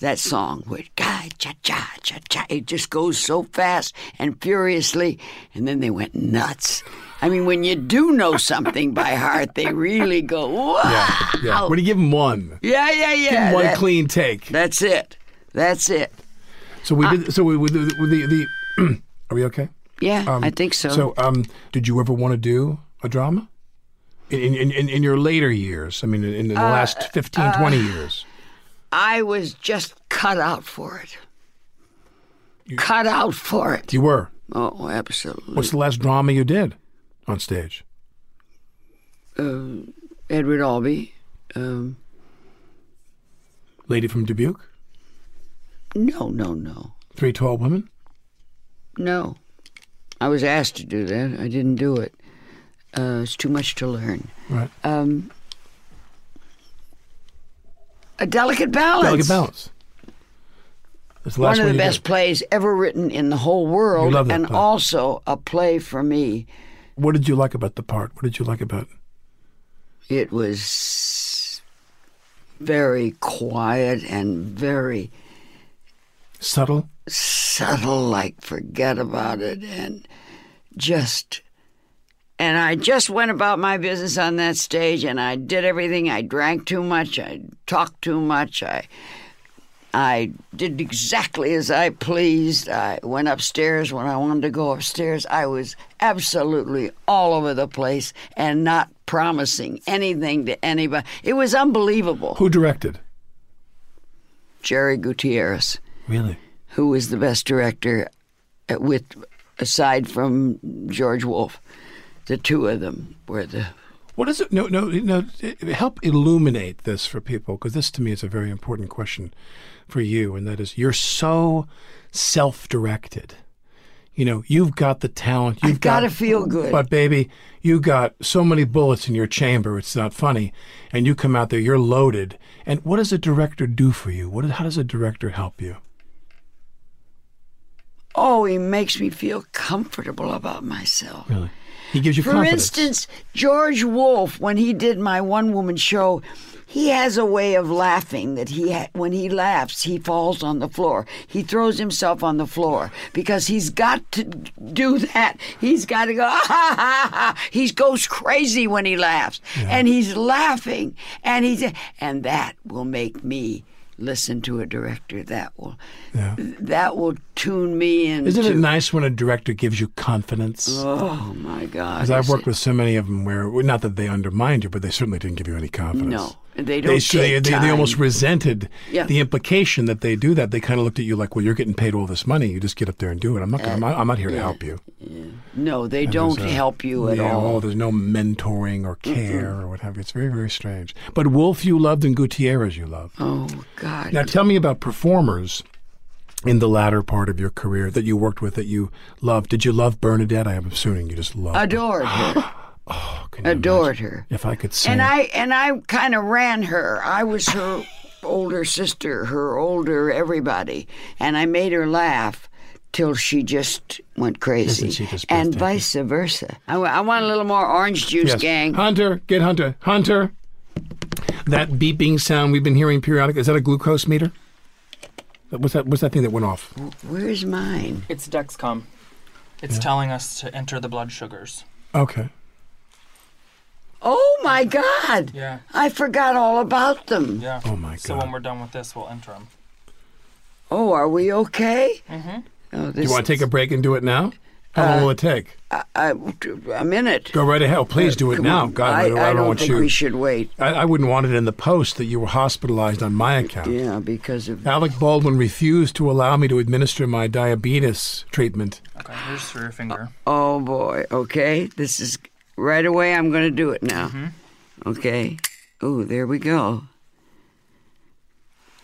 Speaker 3: That song with cha cha cha cha cha. It just goes so fast and furiously, and then they went nuts. I mean, when you do know something by heart, they really go wow.
Speaker 2: Yeah. yeah. What do you give him one?
Speaker 3: Yeah, yeah, yeah.
Speaker 2: Give him one
Speaker 3: that-
Speaker 2: clean take.
Speaker 3: That's it. That's it.
Speaker 2: So
Speaker 3: Uh,
Speaker 2: we did. So we with the, with the, the are we okay?
Speaker 3: Yeah,
Speaker 2: Um,
Speaker 3: I think so.
Speaker 2: So um, did you ever want to do a drama? In in, in, in your later years, I mean, in, in
Speaker 3: Uh,
Speaker 2: the last 15, 20 years,
Speaker 3: I was just cut out for it. cut out for it.
Speaker 2: you were.
Speaker 3: Oh, absolutely.
Speaker 2: What's the last drama you did on stage?
Speaker 3: Uh, Edward Albee. Um,
Speaker 2: Lady from Dubuque?
Speaker 3: No, no, no.
Speaker 2: Three Tall Women?
Speaker 3: No. I was asked to do that. I didn't do it. Uh, it's too much to learn.
Speaker 2: Right.
Speaker 3: Um, a delicate balance.
Speaker 2: Delicate Balance. That's the last one
Speaker 3: one of the
Speaker 2: you
Speaker 3: best
Speaker 2: did.
Speaker 3: plays ever written in the whole world,
Speaker 2: You love that
Speaker 3: and
Speaker 2: play.
Speaker 3: also a play for me.
Speaker 2: What did you like about the part? What did you like about
Speaker 3: It was very quiet and very
Speaker 2: subtle?
Speaker 3: subtle, like forget about it, and just. And I just went about my business on that stage, and I did everything. I drank too much. I talked too much. I, I did exactly as I pleased. I went upstairs when I wanted to go upstairs. I was absolutely all over the place and not promising anything to anybody. It was unbelievable.
Speaker 2: Who directed?
Speaker 3: Jerry Gutierrez
Speaker 2: Really?
Speaker 3: who was the best director uh, with aside from George Wolfe. The two of them were the
Speaker 2: What is it? No, no, no. Help illuminate this for people because this to me is a very important question for you, and that is you're so self-directed. You know, you've got the talent. You've
Speaker 3: gotta feel good.
Speaker 2: But baby, you got so many bullets in your chamber. It's not funny, and you come out there, you're loaded. And what does a director do for you? What? How does a director help you?
Speaker 3: Oh, he makes me feel comfortable about myself.
Speaker 2: Really, he gives you
Speaker 3: For
Speaker 2: confidence.
Speaker 3: instance, George Wolfe, when he did my one woman show, he has a way of laughing that he ha- when he laughs, he falls on the floor. He throws himself on the floor because he's got to do that. He's got to go, ah, ha, ha, ha. He goes crazy when he laughs. And he's laughing. And he's, and that will make me listen to a director. That will,
Speaker 2: Yeah.
Speaker 3: that will tune me in.
Speaker 2: Isn't it
Speaker 3: to-
Speaker 2: nice when a director gives you confidence?
Speaker 3: Oh my God.
Speaker 2: Because I've
Speaker 3: is
Speaker 2: worked
Speaker 3: it-
Speaker 2: with so many of them where, well, not that they undermined you, but they certainly didn't give you any confidence.
Speaker 3: No, they don't.
Speaker 2: They, sh- they,
Speaker 3: take
Speaker 2: they, they almost
Speaker 3: time.
Speaker 2: resented
Speaker 3: Yeah.
Speaker 2: the implication that they do that. They kind of looked at you like, well, you're getting paid all this money. You just get up there and do it. I'm not, gonna, I'm, not I'm not here to help you.
Speaker 3: no, they
Speaker 2: And
Speaker 3: Uh, don't
Speaker 2: there's a-
Speaker 3: help you at
Speaker 2: uh, yeah,
Speaker 3: all.
Speaker 2: Oh, there's no mentoring or care or what have you. It's very, very strange. But Wolf you loved and Gutierrez you loved.
Speaker 3: Oh God.
Speaker 2: Now tell me about performers in the latter part of your career that you worked with that you loved. Did you love Bernadette? I am assuming you just loved her.
Speaker 3: adored her.
Speaker 2: Can you
Speaker 3: adored
Speaker 2: imagine?
Speaker 3: her.
Speaker 2: If I could sing.
Speaker 3: And I and I kind of ran her. I was her older sister, her older everybody, and I made her laugh till she just went crazy.
Speaker 2: Isn't she just
Speaker 3: and
Speaker 2: breathtaking?
Speaker 3: vice versa. I, wa- I want a little more orange juice,
Speaker 2: Yes.
Speaker 3: gang.
Speaker 2: Hunter, get Hunter. Hunter. That beeping sound we've been hearing periodic is that a glucose meter? What's that? What's that thing that went off?
Speaker 3: Where's mine?
Speaker 12: It's Dexcom. It's
Speaker 2: Yeah.
Speaker 12: telling us to enter the blood sugars.
Speaker 2: Okay.
Speaker 3: Oh my God!
Speaker 12: Yeah.
Speaker 3: I forgot all about them.
Speaker 12: Yeah.
Speaker 2: Oh my
Speaker 12: So
Speaker 2: God.
Speaker 12: when we're done with this, we'll enter them.
Speaker 3: Oh, are we okay?
Speaker 12: Mm-hmm.
Speaker 3: Oh,
Speaker 2: Do
Speaker 3: this
Speaker 2: you want to take a break and do it now? How
Speaker 3: Uh,
Speaker 2: long will it take?
Speaker 3: I, a minute.
Speaker 2: Go right ahead. Please do it
Speaker 3: Come
Speaker 2: now.
Speaker 3: on.
Speaker 2: God,
Speaker 3: I,
Speaker 2: I, don't,
Speaker 3: I don't
Speaker 2: want
Speaker 3: think
Speaker 2: you.
Speaker 3: we should wait.
Speaker 2: I, I wouldn't want it in the post that you were hospitalized on my account.
Speaker 3: Yeah, because of
Speaker 2: Alec Baldwin refused to allow me to administer my diabetes treatment.
Speaker 12: Okay. Uh, Here's through your finger.
Speaker 3: oh boy. Okay, this is right away. I'm going to do it now. Okay. Oh, there we go.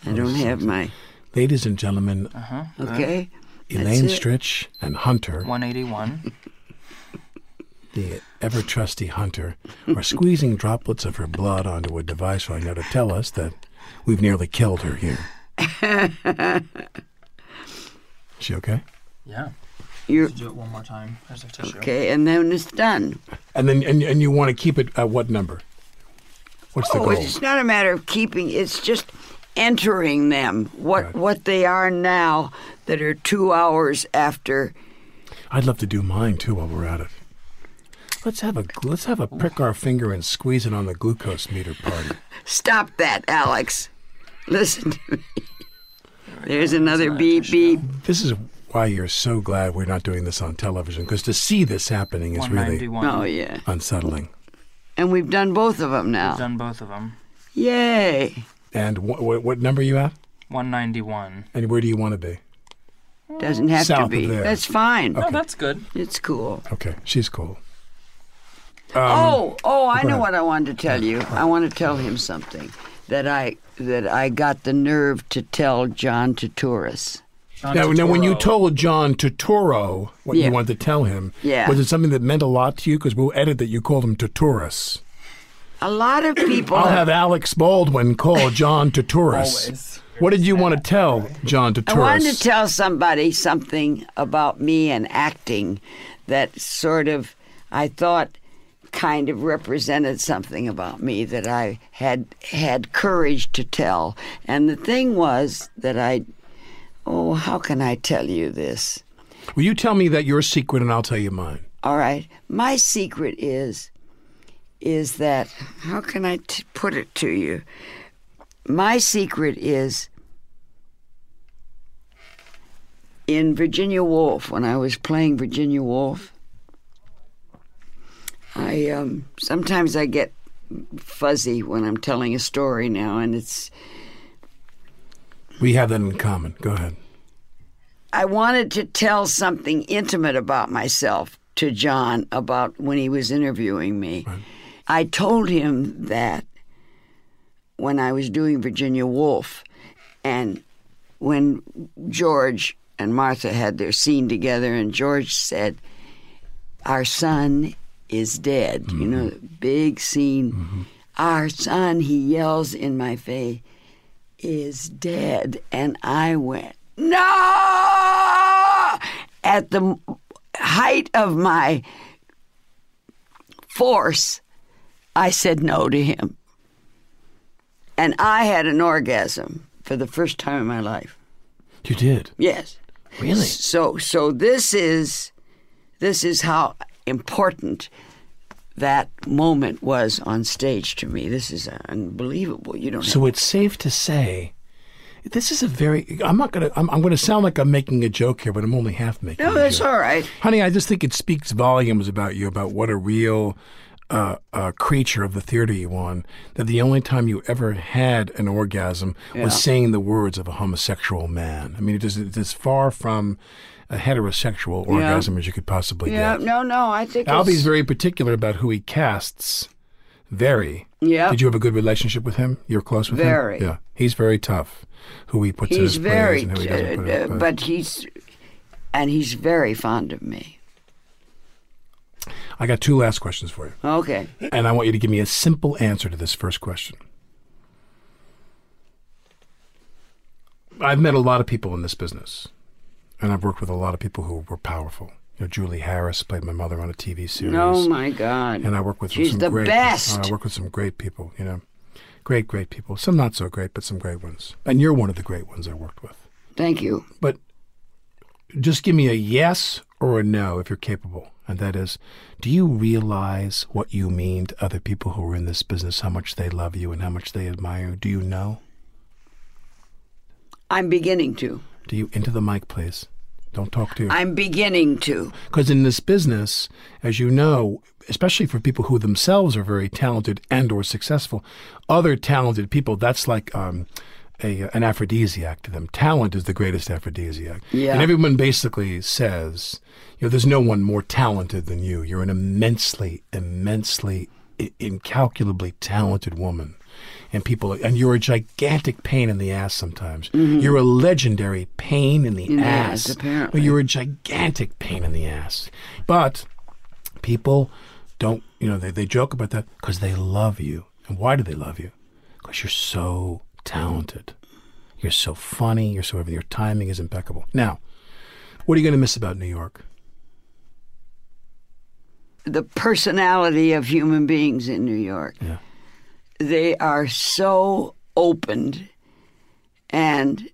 Speaker 2: Oh,
Speaker 3: I don't have my
Speaker 2: Ladies and gentlemen,
Speaker 3: okay. Uh, That's
Speaker 2: Elaine
Speaker 3: it.
Speaker 2: Stritch and Hunter
Speaker 12: 181.
Speaker 2: the ever trusty hunter, are squeezing droplets of her blood onto a device right now to tell us that we've nearly killed her here. She okay?
Speaker 12: yeah.
Speaker 3: You're,
Speaker 12: Do it one more time. There's a tissue.
Speaker 3: okay, and then it's done.
Speaker 2: And then and, and you want to keep it at what number? What's the
Speaker 3: oh,
Speaker 2: goal?
Speaker 3: it's not a matter of keeping. It's just entering them. What
Speaker 2: Right.
Speaker 3: what they are now that are two hours after.
Speaker 2: I'd love to do mine too while we're at it. Let's have a gl- let's have a prick our finger and squeeze it on the glucose meter party.
Speaker 3: Stop that, Alex. Listen to me. There's another beep beep.
Speaker 2: This is why you're so glad we're not doing this on television because to see this happening is really
Speaker 12: 191.
Speaker 3: Oh yeah.
Speaker 2: unsettling.
Speaker 3: And we've done both of them
Speaker 12: We've
Speaker 3: now.
Speaker 12: done both of them.
Speaker 3: Yay.
Speaker 2: And wh- wh- what number are you at?
Speaker 12: 191.
Speaker 2: And where do you want to be?
Speaker 3: Doesn't have
Speaker 2: South
Speaker 3: to
Speaker 2: of
Speaker 3: be.
Speaker 2: there.
Speaker 3: That's fine.
Speaker 2: No, Okay.
Speaker 12: that's good.
Speaker 3: It's cool.
Speaker 2: Okay, she's cool.
Speaker 3: oh, oh, I
Speaker 2: Um, go
Speaker 3: know
Speaker 2: ahead.
Speaker 3: what I wanted to tell you. I want to tell him something that I that I got the nerve to tell John Turturus.
Speaker 2: Now, now, when you told John Totoro what
Speaker 3: Yeah.
Speaker 2: you wanted to tell him,
Speaker 3: Yeah.
Speaker 2: was it something that meant a lot to you? Because we'll edit that you called him Totorus.
Speaker 3: a lot of people
Speaker 2: I'll have Alex Baldwin call John Totorus. what did you want to tell John
Speaker 3: I wanted to
Speaker 2: Totorus?
Speaker 3: tell somebody something about me and acting that sort of I thought kind of represented something about me that I had had courage to tell. And the thing was that I oh, how can I tell you this?
Speaker 2: Will you tell me that your secret and I'll tell you mine?
Speaker 3: All right. My secret is is that how can I t- put it to you? My secret is in Virginia Woolf when I was playing Virginia Woolf. I um, sometimes I get fuzzy when I'm telling a story now, and it's
Speaker 2: We have that in common. Go ahead.
Speaker 3: I wanted to tell something intimate about myself to John about when he was interviewing me. I told him that when I was doing Virginia Woolf and when George and Martha had their scene together and George said our son is dead. You know, big scene. Our son, he yells in my face, is dead. And I went, no! At the m- height of my force, I said no to him. And I had an orgasm for the first time in my life.
Speaker 2: You did.
Speaker 3: Yes. Really? So so this is this is how important that moment was on stage to me. This is unbelievable. You don't
Speaker 2: So
Speaker 3: have,
Speaker 2: it's safe to say this is a very. I'm not gonna. I'm, I'm gonna sound like I'm making a joke here, but I'm only half making.
Speaker 3: No,
Speaker 2: a
Speaker 3: that's
Speaker 2: joke.
Speaker 3: all right.
Speaker 2: honey. I just think it speaks volumes about you, about what a real uh, uh, creature of the theater you won. That the only time you ever had an orgasm
Speaker 3: Yeah.
Speaker 2: was saying the words of a homosexual man. I mean, it is it's as far from a heterosexual
Speaker 3: Yeah.
Speaker 2: orgasm as you could possibly
Speaker 3: Yeah,
Speaker 2: get.
Speaker 3: no, no, I think
Speaker 2: Albie's
Speaker 3: it's-
Speaker 2: very particular about who he casts. Very.
Speaker 3: Yeah.
Speaker 2: Did you have a good relationship with him? You're close with
Speaker 3: Very.
Speaker 2: him. Yeah. He's very tough. Who he puts in
Speaker 3: he's
Speaker 2: his plays
Speaker 3: very
Speaker 2: and who he doesn't put in
Speaker 3: uh,
Speaker 2: his plays.
Speaker 3: but he's and he's very fond of me.
Speaker 2: I got two last questions for you,
Speaker 3: Okay.
Speaker 2: and I want you to give me a simple answer to this first question. I've met a lot of people in this business, and I've worked with a lot of people who were powerful. You know, Julie Harris played my mother on a TV series.
Speaker 3: Oh my God.
Speaker 2: And I work with
Speaker 3: She's
Speaker 2: some
Speaker 3: the
Speaker 2: great,
Speaker 3: best.
Speaker 2: I work with some great people, you know, great, great people. Some not so great, but some great ones. And you're one of the great ones I worked with.
Speaker 3: Thank you.
Speaker 2: But just give me a yes or a no if you're capable. And that is, do you realize what you mean to other people who are in this business, how much they love you and how much they admire you? Do you know?
Speaker 3: I'm beginning to.
Speaker 2: Do you into the mic, please? Don't talk to.
Speaker 3: I'm beginning to.
Speaker 2: Because in this business, as you know, especially for people who themselves are very talented and or successful, other talented people, that's like um, a, an aphrodisiac to them. Talent is the greatest aphrodisiac.
Speaker 3: Yeah.
Speaker 2: And everyone basically says, you know, there's no one more talented than you. You're an immensely, immensely, i- incalculably talented woman. And people, and you're a gigantic pain in the ass sometimes. You're a legendary pain in the
Speaker 3: In the
Speaker 2: ass.
Speaker 3: ass, apparently.
Speaker 2: But you're a gigantic pain in the ass. But people don't, you know, they, they joke about that because they love you. And why do they love you? Because you're so talented. You're so funny. You're so everything. Your timing is impeccable. Now, what are you going to miss about New York?
Speaker 3: the personality of human beings in New York.
Speaker 2: Yeah.
Speaker 3: They are so opened and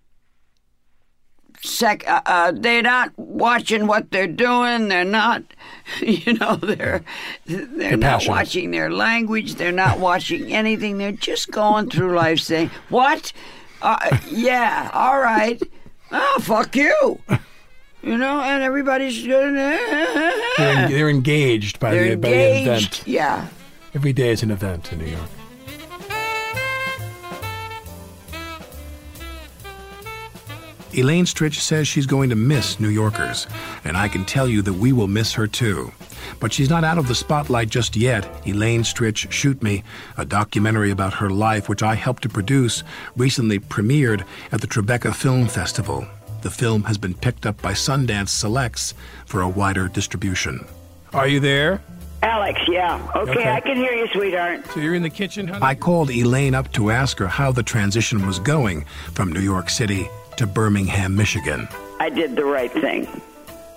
Speaker 3: sec- uh, uh, they're not watching what they're doing. They're not, you know, they're they're, not
Speaker 2: passionate.
Speaker 3: watching their language. They're not watching anything. They're just going through life saying, "What? Uh, yeah, all right. Oh, fuck you." You know, and everybody's good.
Speaker 2: They're, en- they're engaged by,
Speaker 3: They're
Speaker 2: the, by the
Speaker 3: engaged.
Speaker 2: event.
Speaker 3: Yeah.
Speaker 2: Every day is an event in New York.
Speaker 13: Elaine Stritch says she's going to miss New Yorkers, and I can tell you that we will miss her too. But she's not out of the spotlight just yet. Elaine Stritch Shoot Me, a documentary about her life which I helped to produce, recently premiered at the Tribeca Film Festival. The film has been picked up by Sundance Selects for a wider distribution. Are you there?
Speaker 3: Alex, yeah. Okay,
Speaker 13: Okay.
Speaker 3: I can hear you, sweetheart.
Speaker 2: So you're in the kitchen, honey?
Speaker 13: I called Elaine up to ask her how the transition was going from New York City to Birmingham, Michigan.
Speaker 3: I did the right thing.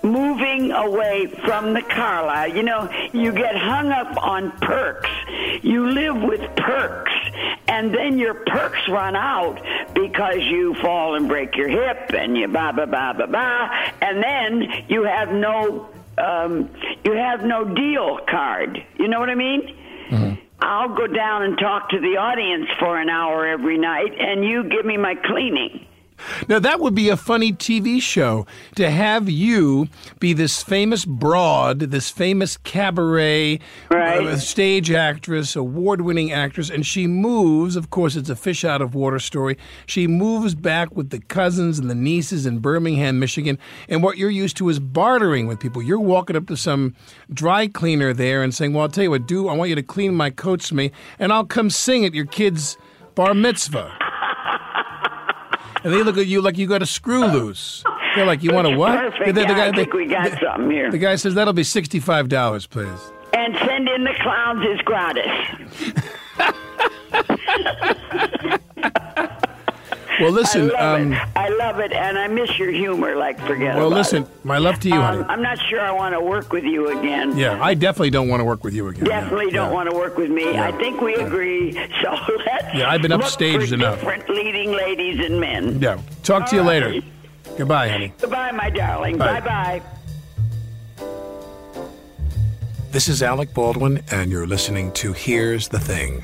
Speaker 3: Moving away from the Carlisle. You know, you get hung up on perks. You live with perks, and then your perks run out because you fall and break your hip and you blah, blah, blah, blah, blah. And then you have no, um, you have no deal card. You know what I mean? I'll go down and talk to the audience for an hour every night, and you give me my cleaning.
Speaker 2: Now, that would be a funny TV show to have you be this famous broad, this famous cabaret uh, stage actress, award winning actress, and she moves. Of course, it's a fish out of water story. She moves back with the cousins and the nieces in Birmingham, Michigan. And what you're used to is bartering with people. You're walking up to some dry cleaner there and saying, Well, I'll tell you what, do I want you to clean my coats for me, and I'll come sing at your kid's bar mitzvah. And they look at you like you got a screw loose. They're like, you want a
Speaker 3: That's
Speaker 2: what?
Speaker 3: perfect.
Speaker 2: The- the- the
Speaker 3: Yeah, I
Speaker 2: guy-
Speaker 3: think we got
Speaker 2: the-
Speaker 3: something here.
Speaker 2: The guy says, that'll be $65, please.
Speaker 3: And send in the clowns is gratis.
Speaker 2: Well, listen.
Speaker 3: I love
Speaker 2: um,
Speaker 3: it. I love it, and I miss your humor like forget
Speaker 2: well,
Speaker 3: about
Speaker 2: listen,
Speaker 3: it.
Speaker 2: my love to you, honey.
Speaker 3: Um, I'm not sure I want to work with you again.
Speaker 2: yeah, I definitely don't want to work with you again. yeah.
Speaker 3: Definitely don't want to work with me.
Speaker 2: Yeah.
Speaker 3: I think we agree. So let's.
Speaker 2: Yeah, I've been
Speaker 3: look
Speaker 2: upstaged
Speaker 3: for
Speaker 2: enough.
Speaker 3: Different leading ladies and men.
Speaker 2: Yeah. Talk to you
Speaker 3: All
Speaker 2: later.
Speaker 3: right.
Speaker 2: Goodbye, honey.
Speaker 3: Goodbye, my darling.
Speaker 2: Bye.
Speaker 3: Bye bye.
Speaker 13: This is Alec Baldwin, and you're listening to Here's the Thing.